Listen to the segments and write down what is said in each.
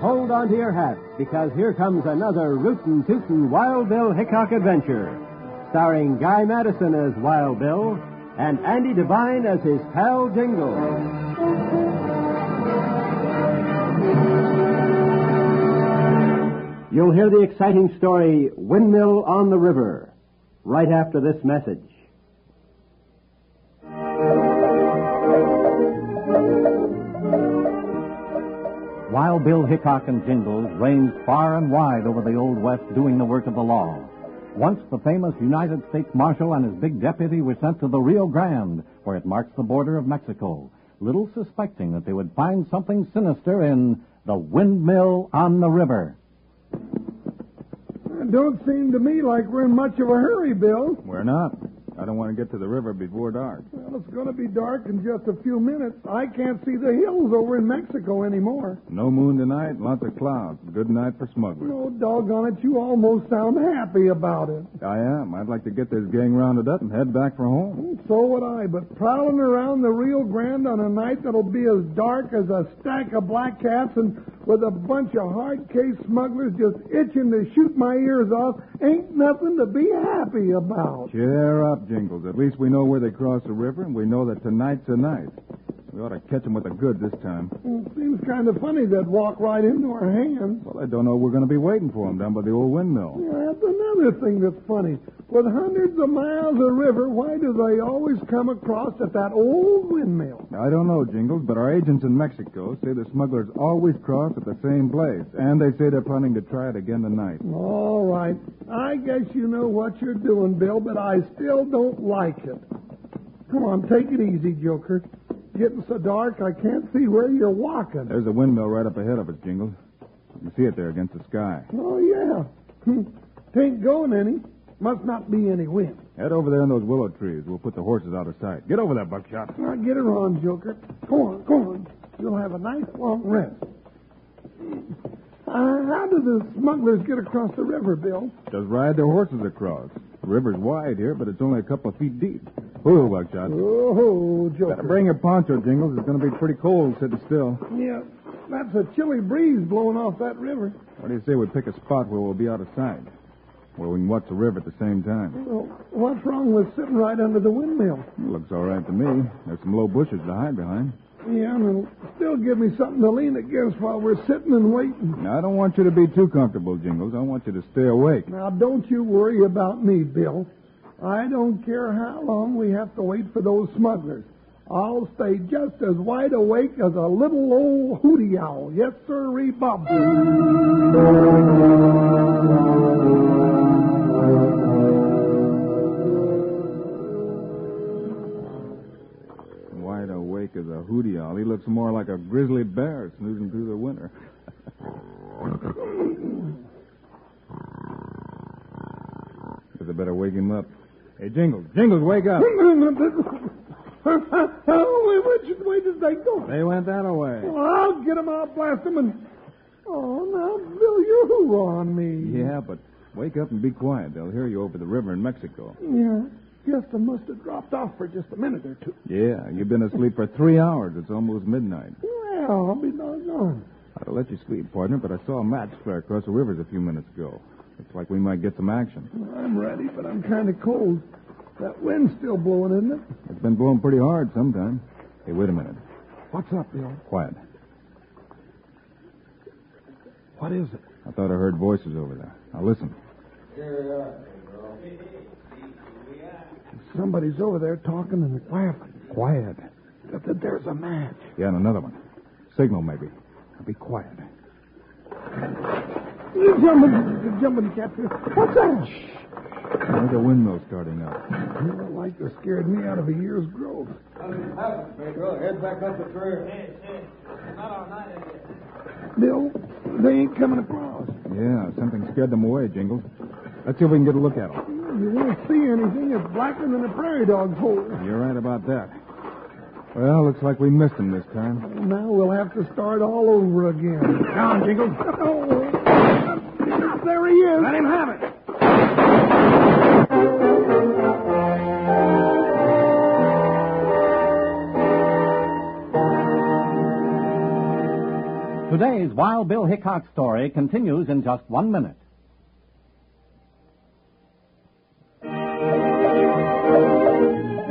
Hold on to your hats because here comes another rootin' tootin' Wild Bill Hickok adventure. Starring Guy Madison as Wild Bill and Andy Devine as his pal Jingle. You'll hear the exciting story Windmill on the River right after this message. While Bill Hickok and Jingles ranged far and wide over the Old West doing the work of the law, once the famous United States Marshal and his big deputy were sent to the Rio Grande, where it marks the border of Mexico, little suspecting that they would find something sinister in the windmill on the river. It don't seem to me like we're in much of a hurry, Bill. We're not. I don't want to get to the river before dark. Well, it's going to be dark in just a few minutes. I can't see the hills over in Mexico anymore. No moon tonight, lots of clouds. Good night for smugglers. No, Oh, doggone it, you almost sound happy about it. I am. I'd like to get this gang rounded up and head back for home. So would I, but prowling around the Rio Grande on a night that'll be as dark as a stack of black cats and with a bunch of hard case smugglers just itching to shoot my ears off ain't nothing to be happy about. Cheer up, Jingles. At least we know where they cross the river, and we know that tonight's the night. We ought to catch 'em with a good this time. Well, it seems kind of funny that walk right into our hands. Well, I don't know. We're going to be waiting for 'em down by the old windmill. Yeah, that's another thing that's funny. With hundreds of miles of river, why do they always come across at that old windmill? I don't know, Jingles, but our agents in Mexico say the smugglers always cross at the same place, and they say they're planning to try it again tonight. All right. I guess you know what you're doing, Bill, but I still don't like it. Come on, take it easy, Joker. Getting so dark I can't see where you're walking. There's a windmill right up ahead of us, Jingles. You can see it there against the sky. Oh, yeah. Hmm. Tain't going any. Must not be any wind. Head over there in those willow trees. We'll put the horses out of sight. Get over there, Buckshot. Now get her on, Joker. Go on, go on. You'll have a nice long rest. Uh, how do the smugglers get across the river, Bill? Just ride their horses across. The river's wide here, but it's only a couple of feet deep. Ooh, Buckshot. Oh, Better Joker. bring your poncho, Jingles. It's going to be pretty cold sitting still. Yeah, that's a chilly breeze blowing off that river. What do you say we pick a spot where we'll be out of sight? Where we can watch the river at the same time. Well, what's wrong with sitting right under the windmill? looks all right to me. There's some low bushes to hide behind. Yeah, and it'll still give me something to lean against while we're sitting and waiting. Now, I don't want you to be too comfortable, Jingles. I want you to stay awake. Now, don't you worry about me, Bill. I don't care how long we have to wait for those smugglers. I'll stay just as wide awake as a little old hootie owl. Yes, sir, Bob. Oh, Wide awake as a hootie owl. He looks more like a grizzly bear snoozing through the winter. Guess I better wake him up. Hey, Jingles. Jingles, wake up. oh, where, where, did- where did they go? They went that away. Well, I'll get 'em. I'll blast 'em, and Oh, now, Bill, you who on me. Yeah, but wake up and be quiet. They'll hear you over the river in Mexico. Yeah. Just I must have dropped off for just a minute or two. Yeah, you've been asleep for three hours. It's almost midnight. Well, I'll be doggone. I'd have let you sleep, partner, but I saw a match flare across the rivers a few minutes ago. Looks like we might get some action. I'm ready, but I'm kind of cold. That wind's still blowing, isn't it? It's been blowing pretty hard sometime. Hey, wait a minute. What's up, Bill? Quiet. What is it? I thought I heard voices over there. Now listen. Somebody's over there talking and laughing. Quiet. Th- th- There's a match. Yeah, and another one. Signal, maybe. Now be quiet. You're jumping, you're jumping, Captain. What's that? Shh. Another windmill starting up. You're like you scared me out of a year's growth. Head back up the trail. Bill, they ain't coming across. Yeah, something scared them away, Jingles. Let's see if we can get a look at them. You won't see anything. It's blacker than a prairie dog's hole. You're right about that. Well, looks like we missed them this time. Now we'll have to start all over again. Down, Jingles. Oh, there he is. Let him have it. Today's Wild Bill Hickok story continues in just one minute.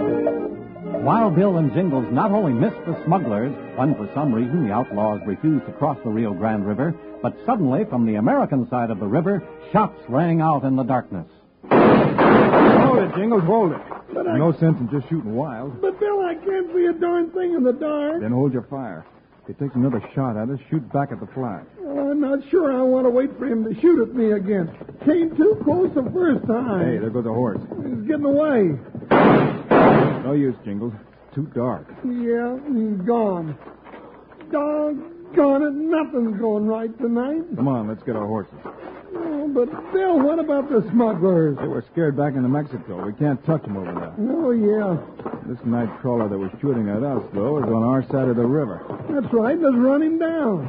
Wild Bill and Jingles not only missed the smugglers, when for some reason the outlaws refused to cross the Rio Grande River, but suddenly from the American side of the river, shots rang out in the darkness. Hold it, Jingles, hold it. But I- No sense in just shooting wild. But, Bill, I can't see a darn thing in the dark. Then hold your fire. If he takes another shot at us, shoot back at the flag. Well, I'm not sure I want to wait for him to shoot at me again. Came too close the first Hey, time. there goes a horse. He's getting away. No use, Jingles. Too dark. Yeah, he's gone. Doggone it, nothing's going right tonight. Come on, let's get our horses. Oh, but, Bill, what about the smugglers? They were scared back into Mexico. We can't touch them over there. Oh, yeah. This night crawler that was shooting at us, though, is on our side of the river. That's right. Let's run him down.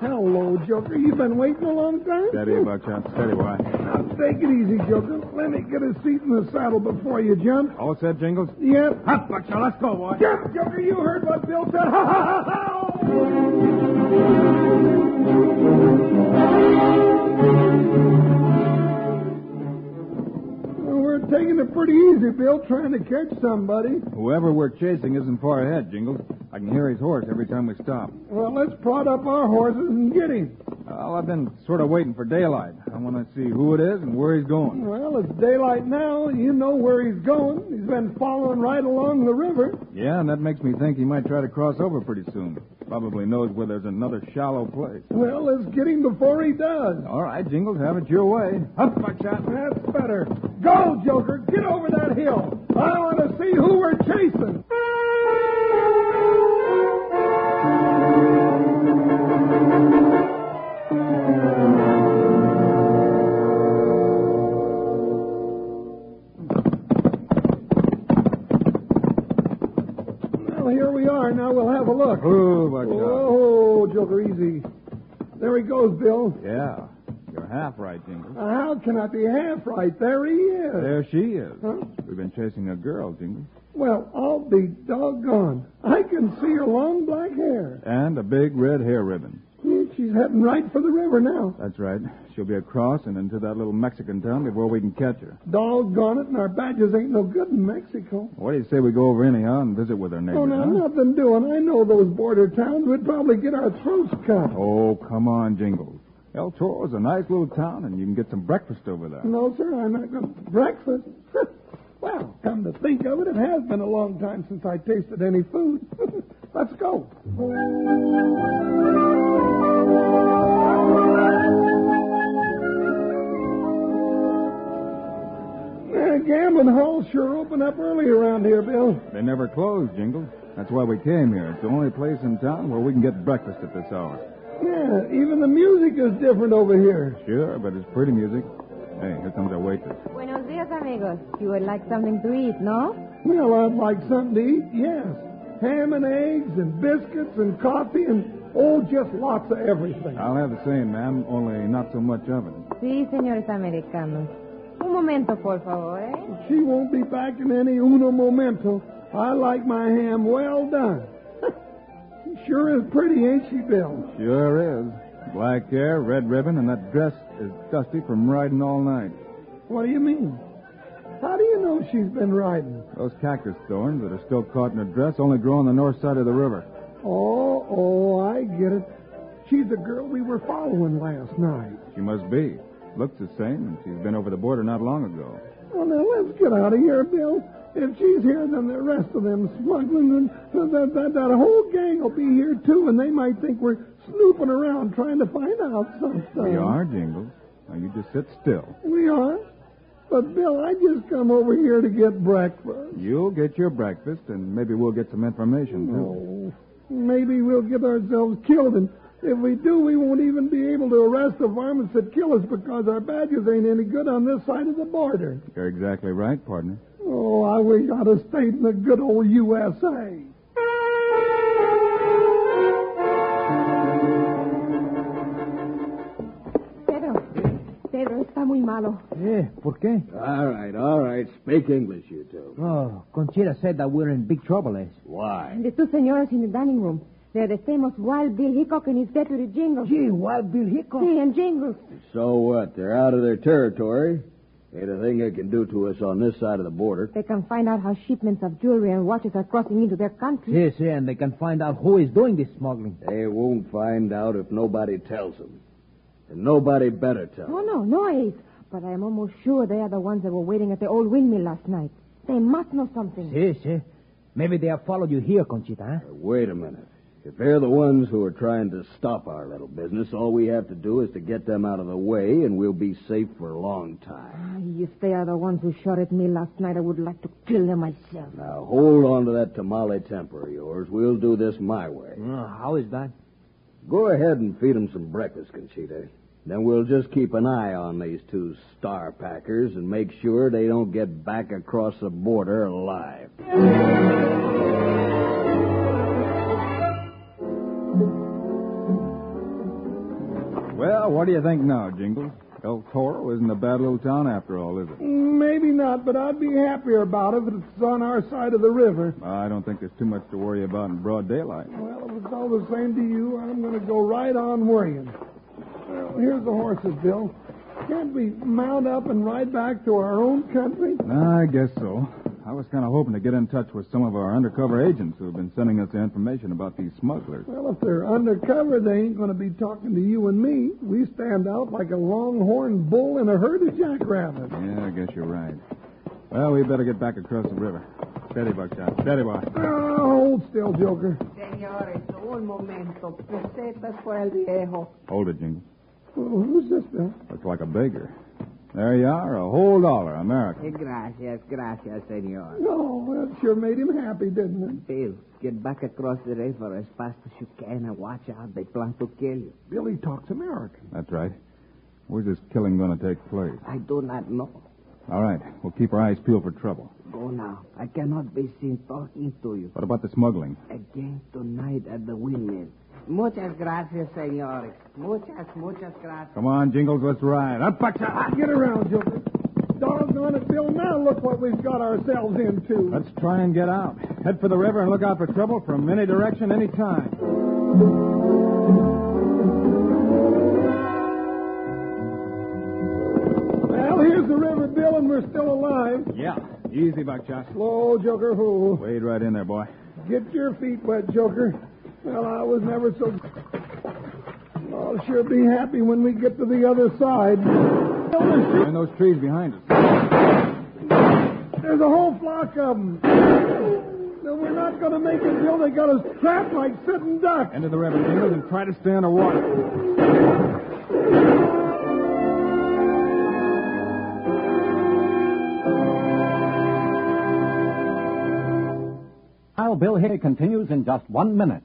Hello, Joker. You've been waiting a long time? Steady about chance. Steady, why? Now, take it easy, Joker. Let me get a seat in the saddle before you jump. All set, Jingles? Yep. Hop, Buckshot. Let's go, boy. Jump, Joker. You heard what Bill said. Ha, ha, ha, ha. Well, We're taking it pretty easy, Bill, trying to catch somebody. Whoever we're chasing isn't far ahead, Jingles. I can hear his horse every time we stop. Well, let's prod up our horses and get him. Well, I've been sort of waiting for daylight. I want to see who it is and where he's going. Well, it's daylight now. You know where he's going. He's been following right along the river. Yeah, and that makes me think he might try to cross over pretty soon. Probably knows where there's another shallow place. Well, let's get him before he does. All right, Jingles, have it your way. Up, Buckshot. That's better. Go, Joker. Get over that hill. I want to see who we're chasing. Well, here we are. Now we'll have a look. Oh, Buckshot. Oh, Joker, easy. There he goes, Bill. Yeah, you're half right, Jingles. Now, How can I be half right? There he is. There she is. Huh? We've been chasing a girl, Jingles. Well, I'll be doggone. I can see her long black hair. And a big red hair ribbon. Hmm, She's heading right for the river now. That's right. She'll be across and into that little Mexican town before we can catch her. Doggone it, and our badges ain't no good in Mexico. What do you say we go over anyhow and visit with her neighbor? Oh, now, huh? nothing doing. I know those border towns. We'd probably get our throats cut. Oh, come on, Jingles. El Toro's a nice little town, and you can get some breakfast over there. No, sir, I'm not going to breakfast. well, come to think of it, it has been a long time since I tasted any food. Let's go. Yeah, gambling halls sure open up early around here, Bill. They never close, Jingles. That's why we came here. It's the only place in town where we can get breakfast at this hour. Yeah, even the music is different over here. Sure, but it's pretty music. Hey, here comes our waitress. Buenos dias, amigos. You would like something to eat, no? Well, I'd like something to eat, yes. Ham and eggs and biscuits and coffee and Oh, just lots of everything. I'll have the same, ma'am, only not so much of it. Sí, señores americanos. Un momento, por favor, eh? She won't be back in any uno momento. I like my ham well done. she sure is pretty, ain't she, Bill? Sure is. Black hair, red ribbon, and that dress is dusty from riding all night. What do you mean? How do you know she's been riding? Those cactus thorns that are still caught in her dress only grow on the north side of the river. Oh, oh, I get it. She's the girl we were following last night. She must be. Looks the same, and she's been over the border not long ago. Well, now let's get out of here, Bill. If she's here, then the rest of them smuggling, and that, that, that whole gang will be here too, and they might think we're snooping around trying to find out some stuff. We are, Jingles. Now you just sit still. We are. But Bill, I just come over here to get breakfast. You'll get your breakfast, and maybe we'll get some information too. Oh, maybe we'll get ourselves killed, and if we do, we won't even be able to arrest the varmints that kill us because our badges ain't any good on this side of the border. You're exactly right, partner. Oh, I wish I'd have stayed in the good old USA. Pedro. Pedro está muy malo. Eh, ¿por qué? All right, all right. Speak English, you two. Oh, Conchita said that we're in big trouble, eh? Why? The two señoras in the dining room. They're the famous Wild Bill Hickok and his deputy Jingles. Gee, Wild Bill Hickok. Sí, and Jingles. So what? They're out of their territory. Ain't a thing they can do to us on this side of the border. They can find out how shipments of jewelry and watches are crossing into their country. Yes, yeah, and they can find out who is doing this smuggling. They won't find out if nobody tells them. And nobody better tell No, them. Oh, no, no, Ace. But I'm almost sure they are the ones that were waiting at the old windmill last night. They must know something. Yes, yeah. Maybe they have followed you here, Conchita, huh? Wait a minute. If they're the ones who are trying to stop our little business, all we have to do is to get them out of the way, and we'll be safe for a long time. Ah, If they are the ones who shot at me last night, I would like to kill them myself. Now, hold on to that tamale temper of yours. We'll do this my way. Uh, how is that? Go ahead and feed 'em some breakfast, Conchita. Then we'll just keep an eye on these two star packers and make sure they don't get back across the border alive. Well, what do you think now, Jingles? El Toro isn't a bad little town after all, is it? Maybe not, but I'd be happier about it if it's on our side of the river. I don't think there's too much to worry about in broad daylight. Well, if it's all the same to you, I'm going to go right on worrying. Well, here's the horses, Bill. Can't we mount up and ride back to our own country? I guess so. I was kind of hoping to get in touch with some of our undercover agents who have been sending us the information about these smugglers. Well, if they're undercover, they ain't going to be talking to you and me. We stand out like a longhorn bull in a herd of jackrabbits. Yeah, I guess you're right. Well, we better get back across the river. Steady, Buckshot. Steady, boy. Oh, hold still, Joker. Señores, un momento. Pesetas por el viejo. Hold it, Jingles. Who- Who's this, Bill? Looks like a beggar. There you are, a whole dollar, American. Eh, Gracias, gracias, señor. Oh, that sure made him happy, didn't it? Bill, get back across the river as fast as you can and watch out. They plan to kill you. Billy talks American. That's right. Where's this killing going to take place? I do not know. All right, we'll keep our eyes peeled for trouble. Go now. I cannot be seen talking to you What about the smuggling? again tonight at the windmill. Muchas gracias, señores. Muchas, muchas gracias. Come on, Jingles, let's ride. Up, Buckshot. Ah, Get around, Joker. Doggone it, Bill. Now look what we've got ourselves into. Let's try and get out. Head for the river and look out for trouble from any direction, any time. Well, here's the river, Bill, and we're still alive. Yeah. Easy, Buckshot. Slow, Joker, who? Wade right in there, boy. Get your feet wet, Joker. Well, I was never so. I'll sure be happy when we get to the other side. And those trees behind us. There's a whole flock of them. No, we're not going to make it, Bill. They got us trapped like sitting ducks. Into the river, Jingles, and try to stay underwater. While Bill Hickok continues in just one minute.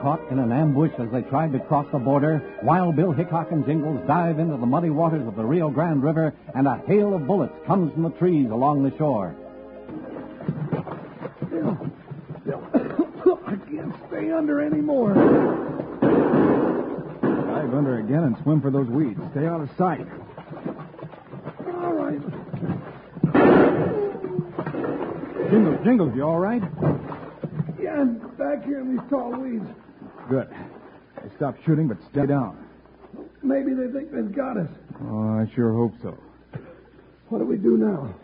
caught in an ambush as they tried to cross the border, Wild Bill Hickok and Jingles dive into the muddy waters of the Rio Grande River, and a hail of bullets comes from the trees along the shore. I can't stay under anymore. Dive under again and swim for those weeds. Stay out of sight. All right. Jingles, Jingles, you all right? Yeah, I'm back here in these tall weeds. Good. They stopped shooting, but stay down. Maybe they think they've got us. Oh, I sure hope so. What do we do now?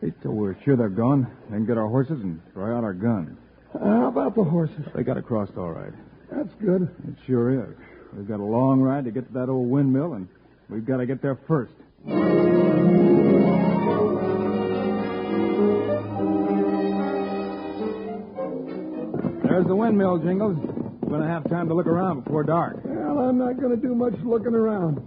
Wait till we're sure they're gone, then get our horses and try out our guns. Uh, how about the horses? They got across all right. That's good. It sure is. We've got a long ride to get to that old windmill, and we've got to get there first. There's the windmill, Jingles. We're going to have time to look around before dark. Well, I'm not going to do much looking around.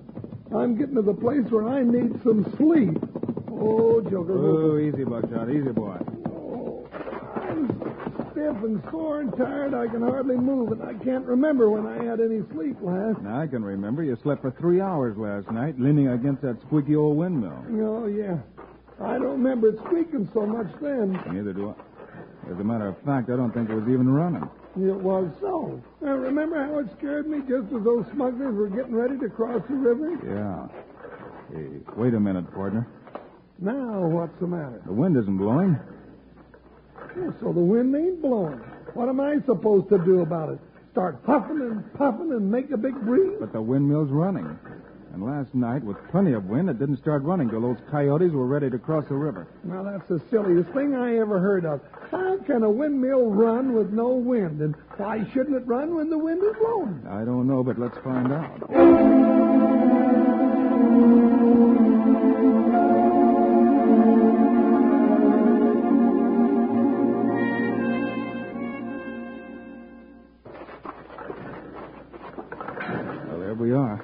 I'm getting to the place where I need some sleep. Oh, Joker, Oh, Oh, easy, Buckshot. Easy, boy. stiff and sore and tired. I can hardly move, and I can't remember when I had any sleep last. Now, I can remember you slept for three hours last night, leaning against that squeaky old windmill. Oh, yeah. I don't remember it squeaking so much then. Neither do I. As a matter of fact, I don't think it was even running. It was so. Now, remember how it scared me just as those smugglers were getting ready to cross the river? Yeah. Hey, wait a minute, partner. Now, what's the matter? The wind isn't blowing. Yeah, So the wind ain't blowing. What am I supposed to do about it? Start huffing and puffing and make a big breeze? But the windmill's running. And last night, with plenty of wind, it didn't start running till those coyotes were ready to cross the river. Now, that's the silliest thing I ever heard of. How can a windmill run with no wind? And why shouldn't it run when the wind is blowing? I don't know, but let's find out. Well, there we are.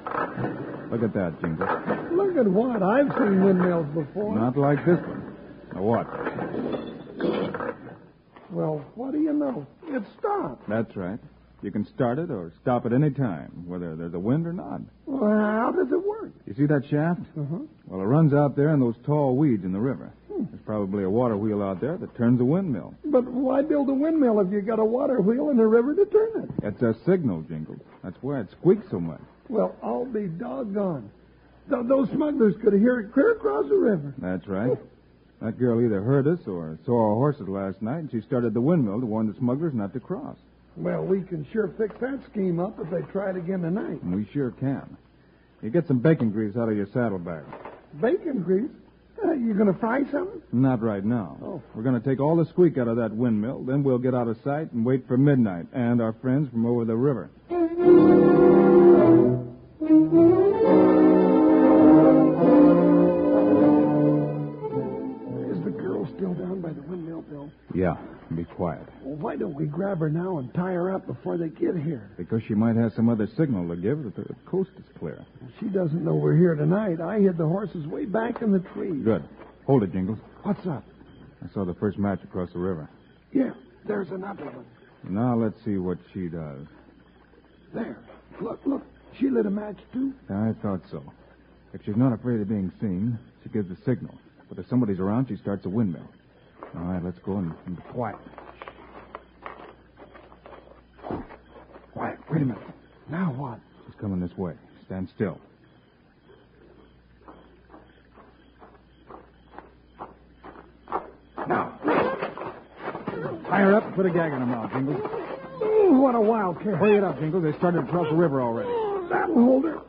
Look at that, Jingle. Look at what. I've seen windmills before. Not like this one. Now what? Well, what do you know? It stopped. That's right. You can start it or stop at any time, whether there's a wind or not. Well, how does it work? You see that shaft? Uh-huh. Well, it runs out there in those tall weeds in the river. There's probably a water wheel out there that turns the windmill. But why build a windmill if you got a water wheel and a river to turn it? It's a signal, Jingle. That's why it squeaks so much. Well, I'll be doggone. Th- those smugglers could hear it clear across the river. That's right. That girl either heard us or saw our horses last night, and she started the windmill to warn the smugglers not to cross. Well, we can sure fix that scheme up if they try it again tonight. And we sure can. You get some bacon grease out of your saddlebag. Bacon grease? Uh, you gonna fry something? Not right now. Oh. We're going to take all the squeak out of that windmill, then we'll get out of sight and wait for midnight and our friends from over the river. Is the girl still down by the windmill, Bill? Yeah, be quiet. Well, why don't we grab her now and tie her up before they get here? Because she might have some other signal to give that the coast is clear. She doesn't know we're here tonight. I hid the horses way back in the trees. Good. Hold it, Jingles. What's up? I saw the first match across the river. Yeah, there's another one. Now let's see what she does. There. Look, look. She lit a match, too. I thought so. If she's not afraid of being seen, she gives the signal. But if somebody's around, she starts a windmill. All right, let's go and, and be quiet. Why, wait a minute. Now what? She's coming this way. Stand still. Now. Tie her up. Put a gag in her mouth, Jingles. Oh, what a wildcat. Hurry it up, Jingles. They started across the river already. That'll hold her.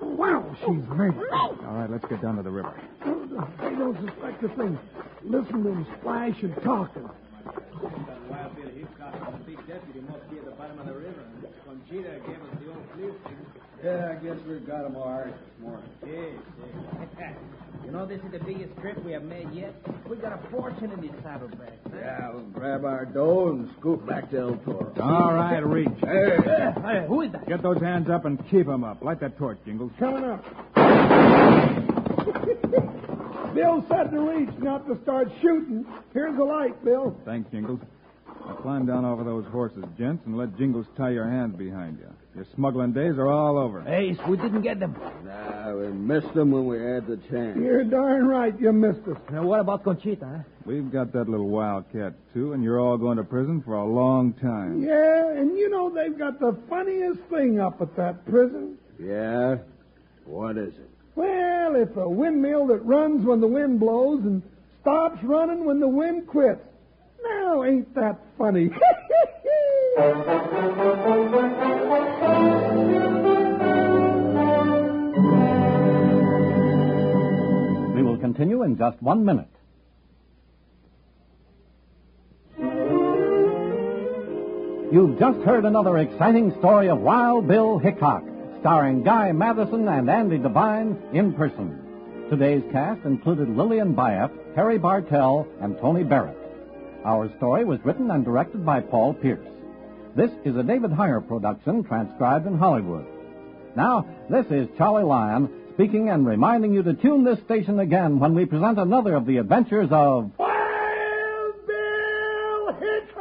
Wow, she's made All right, let's get down to the river. They don't suspect a thing. Listen to them splash and talking. That wild Bill Hickok and the big deputy must be at the bottom of the river. Conchita gave us the old clear signal. Yeah, I guess we've got them all right this morning. Yes, yes. you know, this is the biggest trip we have made yet. We got a fortune in these saddlebags. huh? Yeah, we'll grab our dough and scoop back to El Toro. All right, reach. Eh, Hey. Hey, who is that? Get those hands up and keep 'em up. Light that torch, Jingles. Coming up. Bill said to reach, not to start shooting. Here's a light, Bill. Thanks, Jingles. Now climb down off of those horses, gents, and let Jingles tie your hands behind you. Your smuggling days are all over. Ace, we didn't get them. Nah, we missed them when we had the chance. You're darn right you missed us. Now, what about Conchita? We've got that little wildcat, too, and you're all going to prison for a long time. Yeah, and you know they've got the funniest thing up at that prison. Yeah? What is it? Well, it's a windmill that runs when the wind blows and stops running when the wind quits. Now, ain't that funny? We will continue in just one minute. You've just heard another exciting story of Wild Bill Hickok, starring Guy Madison and Andy Devine in person. Today's cast included Lillian Byatt, Harry Bartell, and Tony Barrett. Our story was written and directed by Paul Pierce. This is a David Heyer production transcribed in Hollywood. Now, this is Charlie Lyon speaking and reminding you to tune this station again when we present another of the adventures of Wild Bill Hickok!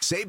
Save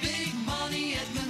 big money at